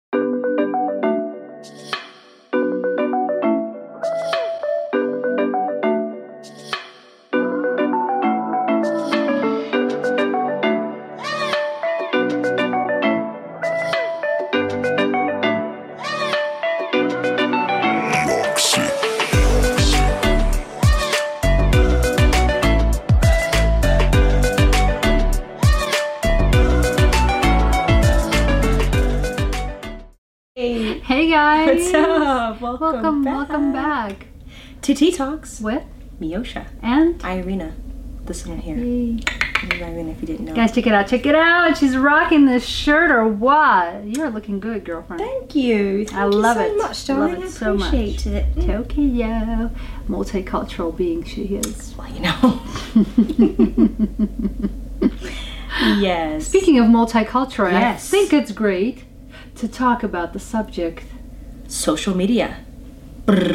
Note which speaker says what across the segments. Speaker 1: Hey,
Speaker 2: Hey guys!
Speaker 1: what's up? Welcome,
Speaker 2: Welcome,
Speaker 1: back.
Speaker 2: welcome back.
Speaker 1: to Tea Talks.
Speaker 2: With
Speaker 1: Miosha,
Speaker 2: and
Speaker 1: Irina, this one here. This is Irina, if you didn't know.
Speaker 2: guys, check it out! Check it out! She's rocking this shirt or what? You're looking good, girlfriend.
Speaker 1: Thank you. Thank
Speaker 2: I
Speaker 1: you
Speaker 2: love
Speaker 1: so
Speaker 2: it.
Speaker 1: much,
Speaker 2: Love
Speaker 1: darling.
Speaker 2: it
Speaker 1: I
Speaker 2: so much.
Speaker 1: appreciate it.
Speaker 2: Tokyo, multicultural being she is.
Speaker 1: Well, you know. yes.
Speaker 2: Speaking of multicultural,
Speaker 1: Yes.
Speaker 2: I think it's great to talk about the subject.
Speaker 1: Social media. Yeah.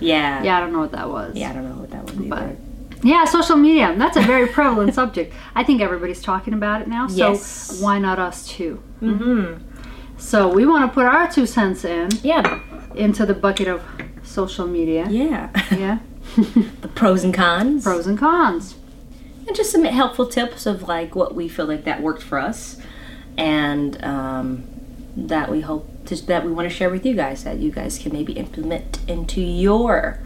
Speaker 2: Yeah, I don't know what that was.
Speaker 1: Yeah, I don't know what that would be.
Speaker 2: But- Yeah, social media. That's a very prevalent subject. I think everybody's talking about it now, so
Speaker 1: Yes.
Speaker 2: why not us too?
Speaker 1: Mm-hmm.
Speaker 2: So we want to put our two cents in
Speaker 1: Yeah.
Speaker 2: into the bucket of social media.
Speaker 1: Yeah.
Speaker 2: Yeah.
Speaker 1: the pros and cons.
Speaker 2: Pros and cons.
Speaker 1: and just some helpful tips of like what we feel like that worked for us and um, that we hope to, that we want to share with you guys that you guys can maybe implement into your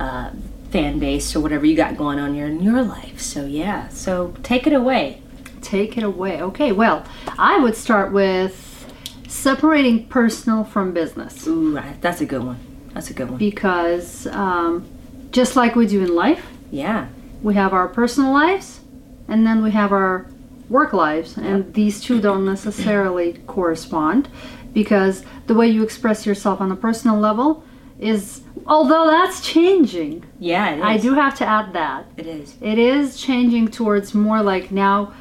Speaker 1: uh, fan base or whatever you got going on here in your life so yeah so take it away
Speaker 2: Take it away. Okay, well, I would start with separating personal from business
Speaker 1: ooh I- that's a good one that's a good one
Speaker 2: because um, just like we do in life,
Speaker 1: yeah
Speaker 2: we have our personal lives and then we have our work lives, and these two don't necessarily correspond because the way you express yourself on a personal level is, although that's changing,
Speaker 1: yeah it is.
Speaker 2: I do have to add that.
Speaker 1: it is
Speaker 2: it is changing towards more like now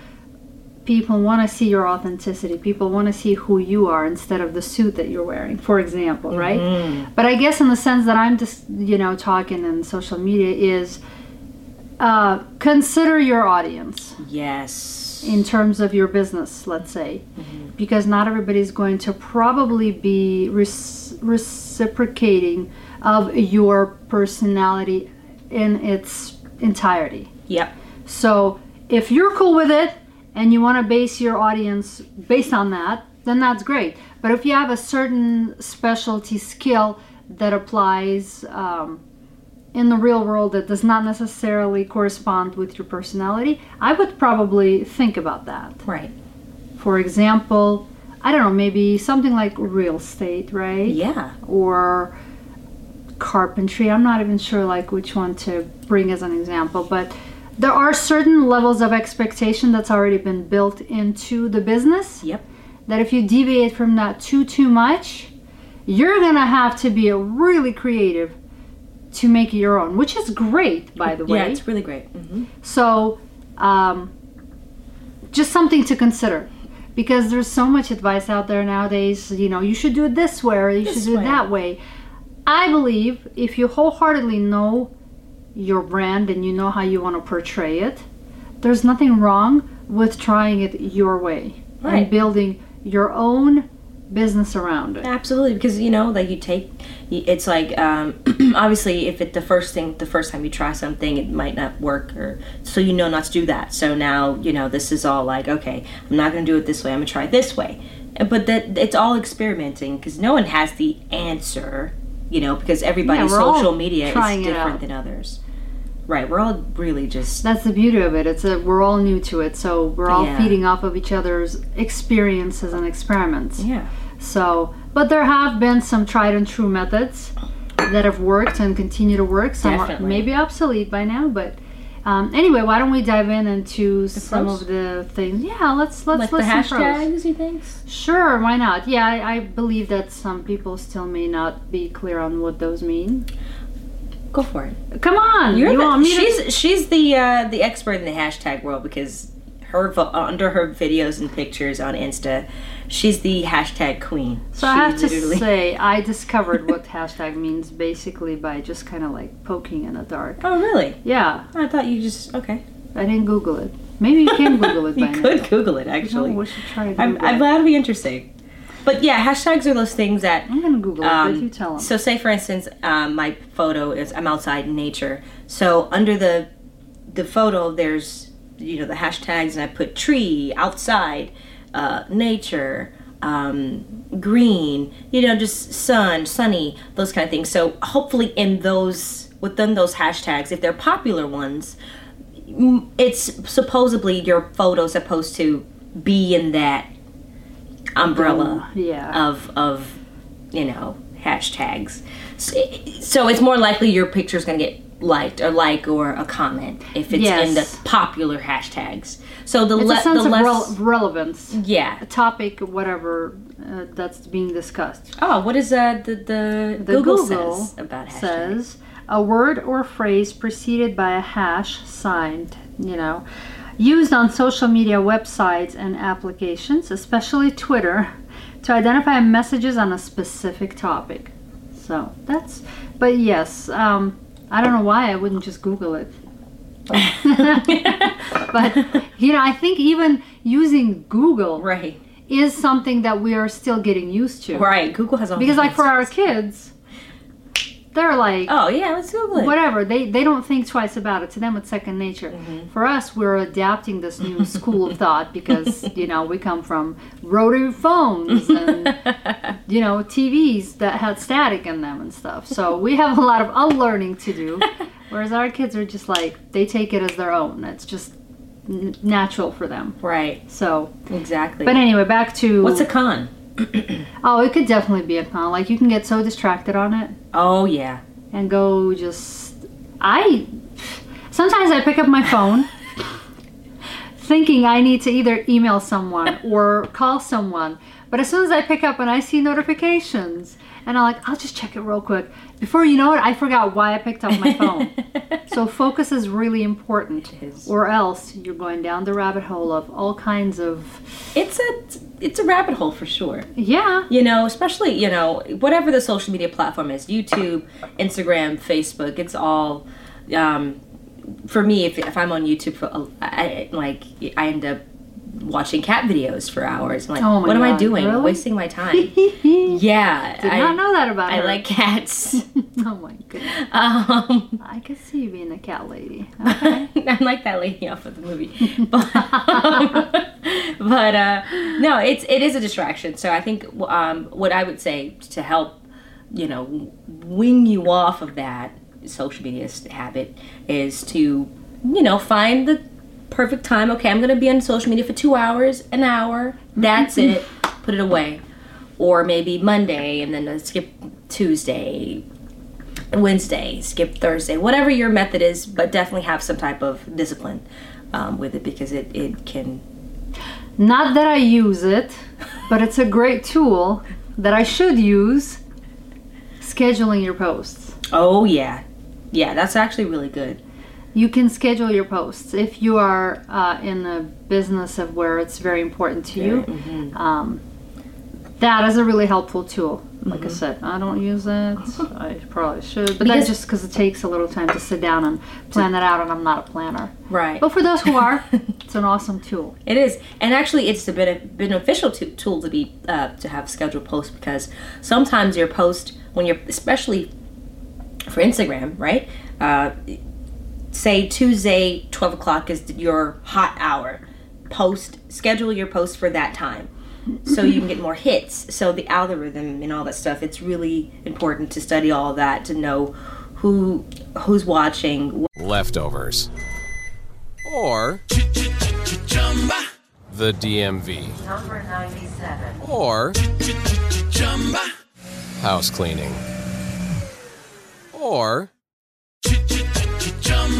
Speaker 2: people want to see your authenticity people want to see who you are instead of the suit that you're wearing for example right but i guess in the sense that i'm just you know talking in social media is uh, consider your audience
Speaker 1: yes
Speaker 2: in terms of your business let's say because not everybody's going to probably be res- reciprocating of your personality in its entirety
Speaker 1: yep
Speaker 2: so if you're cool with it and you want to base your audience based on that, then that's great. But if you have a certain specialty skill that applies um, in the real world that does not necessarily correspond with your personality, I would probably think about that.
Speaker 1: right
Speaker 2: For example, I don't know, maybe something like real estate, right?
Speaker 1: yeah
Speaker 2: or carpentry. I'm not even sure like which one to bring as an example, but there are certain levels of expectation that's already been built into the business
Speaker 1: yep
Speaker 2: that if you deviate from that too too much, you're going to have to be a really creative to make it your own, which is great by the way.
Speaker 1: yeah it's really great hmm
Speaker 2: So, um, just something to consider because there's so much advice out there nowadays. You know, you should do it this way or you
Speaker 1: This
Speaker 2: should do
Speaker 1: way.
Speaker 2: it that way. I believe if you wholeheartedly know your brand and you know how you want to portray it, there's nothing wrong with trying it your way
Speaker 1: Right.
Speaker 2: and building your own business around it.
Speaker 1: Absolutely, because you know, like you take, you- it's like um, obviously if it the first thing, the first time you try something, it might not work, or so you know not to do that. So now you know this is all like, okay, I'm not gonna do it this way. I'm gonna try this way, but that it's all experimenting because no one has the answer, you know, because everybody's
Speaker 2: we're all
Speaker 1: social media
Speaker 2: trying
Speaker 1: is
Speaker 2: it
Speaker 1: different
Speaker 2: out.
Speaker 1: than others. Right, we're all really just
Speaker 2: That's the beauty of it. It's a, we're all new to it, so we're all
Speaker 1: Yeah.
Speaker 2: feeding off of each other's experiences and experiments.
Speaker 1: yeah,
Speaker 2: So, but there have been some tried and true methods that have worked and continue to work. Some
Speaker 1: Definitely.
Speaker 2: are maybe obsolete by now, but Um, anyway, why don't we dive in into some
Speaker 1: pros?
Speaker 2: of the things? Yeah, let's let's
Speaker 1: Like the
Speaker 2: listen pros.
Speaker 1: hashtags, he thinks.
Speaker 2: Sure, why not? Yeah, I, I believe that some people still may not be clear on what those mean.
Speaker 1: Go for it.
Speaker 2: Come on,
Speaker 1: You're
Speaker 2: you
Speaker 1: the-
Speaker 2: want me to-
Speaker 1: she's she's the uh, the expert in the hashtag world because her vo- uh, under her videos and pictures on Insta, she's the hashtag queen.
Speaker 2: So I have to say, I discovered what hashtag means basically by just kind of like poking in the dark.
Speaker 1: Oh really?
Speaker 2: Yeah,
Speaker 1: I thought you just okay.
Speaker 2: I didn't Google it. Maybe you can Google it by
Speaker 1: You
Speaker 2: now.
Speaker 1: could Google it
Speaker 2: No,
Speaker 1: actually.
Speaker 2: we should try and
Speaker 1: I'm,
Speaker 2: Google
Speaker 1: I'm
Speaker 2: it.
Speaker 1: glad to be interesting. But yeah, hashtags are those things that.
Speaker 2: I'm gonna Google it, but
Speaker 1: Um,
Speaker 2: you tell them.
Speaker 1: So say for instance, um, my photo is I'm outside in nature. So under the the photo, there's you know the hashtags, and I put tree, outside, uh, nature, um, green, you know, just sun, sunny, those kind of things. So hopefully, in those within those hashtags, if they're popular ones, m- it's supposedly your photo supposed to be in that
Speaker 2: Oh,
Speaker 1: umbrella
Speaker 2: yeah.
Speaker 1: of of you know hashtags. So, so it's more likely your picture's gonna get liked or like or a comment if it's in
Speaker 2: Yes.
Speaker 1: the popular hashtags. So the,
Speaker 2: it's
Speaker 1: le-
Speaker 2: a sense
Speaker 1: the
Speaker 2: of
Speaker 1: less Mm-hmm.
Speaker 2: rel- relevance,
Speaker 1: yeah.
Speaker 2: topic, whatever uh, that's being discussed.
Speaker 1: Oh, what is uh, the the,
Speaker 2: The
Speaker 1: Google,
Speaker 2: Google
Speaker 1: says about hashtags?
Speaker 2: says a word or phrase preceded by a hash signed, you know, used on social media websites and applications, especially Twitter, to identify messages on a specific topic. So that's, but yes, um, I don't know why I wouldn't just Google it. but you know, I think even using Google
Speaker 1: right,
Speaker 2: is something that we are still getting used to.
Speaker 1: right. Google has all
Speaker 2: Because
Speaker 1: these
Speaker 2: like for our kids, they're like
Speaker 1: oh yeah, let's Google it.
Speaker 2: whatever. They they don't think twice about it. To them, it's second nature.
Speaker 1: Mm-hmm.
Speaker 2: For us, we're adapting this new school of thought because you know we come from rotary phones and you know TVs that had static in them and stuff. So we have a lot of unlearning to do. Whereas our kids are just like they take it as their own. It's just n- natural for them.
Speaker 1: Right,
Speaker 2: So,
Speaker 1: exactly.
Speaker 2: but anyway, back to
Speaker 1: What's a con?
Speaker 2: oh, it could definitely be a con. Like you can get so distracted on it.
Speaker 1: Oh yeah,
Speaker 2: and go just I sometimes I pick up my phone thinking I need to either email someone or call someone. But as soon as I pick up and I see notifications and I'm like, I'll just check it real quick. Before you know it, I forgot why I picked up my phone. so focus is really important or else you're going down the rabbit hole of all kinds of
Speaker 1: it's a it's a rabbit hole for sure.
Speaker 2: yeah,
Speaker 1: you know especially you know whatever the social media platform is youtube instagram facebook it's all um, for me if, if i'm on youtube for a- I, I- like i end up watching cat videos for hours I'm like
Speaker 2: Oh my
Speaker 1: what am i
Speaker 2: God,
Speaker 1: doing
Speaker 2: really?
Speaker 1: wasting my time yeah
Speaker 2: did
Speaker 1: I,
Speaker 2: not know that about
Speaker 1: I
Speaker 2: her.
Speaker 1: like cats
Speaker 2: oh my goodness.
Speaker 1: um,
Speaker 2: I could see you being a cat lady.
Speaker 1: i'm like that lady off of the movie but, but uh, no it's it is a distraction so i think um, what i would say to help you know wean you off of that social media s- habit is to you know find the perfect time okay i'm gonna be on social media for two hours an hour that's it put it away or maybe monday and then uh, skip tuesday wednesday skip thursday whatever your method is but definitely have some type of discipline um, with it because it, it can
Speaker 2: Not that I use it, but it's a great tool that I should use scheduling your posts.
Speaker 1: oh yeah yeah that's actually really good
Speaker 2: You can schedule your posts if you are uh, in a business of where it's very important to you. Um, that is a really helpful tool. Like I said, I don't use it. I probably should, but that's
Speaker 1: Because-
Speaker 2: just because it takes a little time to sit down and plan that out, and I'm not a planner.
Speaker 1: right
Speaker 2: But for those who are, it's an awesome tool.
Speaker 1: It is, and actually, it's a bene- beneficial to, tool to be uh, to have scheduled posts because sometimes your post when you're especially for Instagram, right? Uh, say Tuesday, twelve o'clock is your hot hour. Post schedule your post for that time, so you can get more hits. So the algorithm and all that stuff. It's really important to study all that to know who who's watching,
Speaker 3: leftovers, or the DMV,
Speaker 4: Number 97.
Speaker 3: or house cleaning, or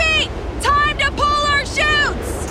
Speaker 4: feet! Time to pull our chutes!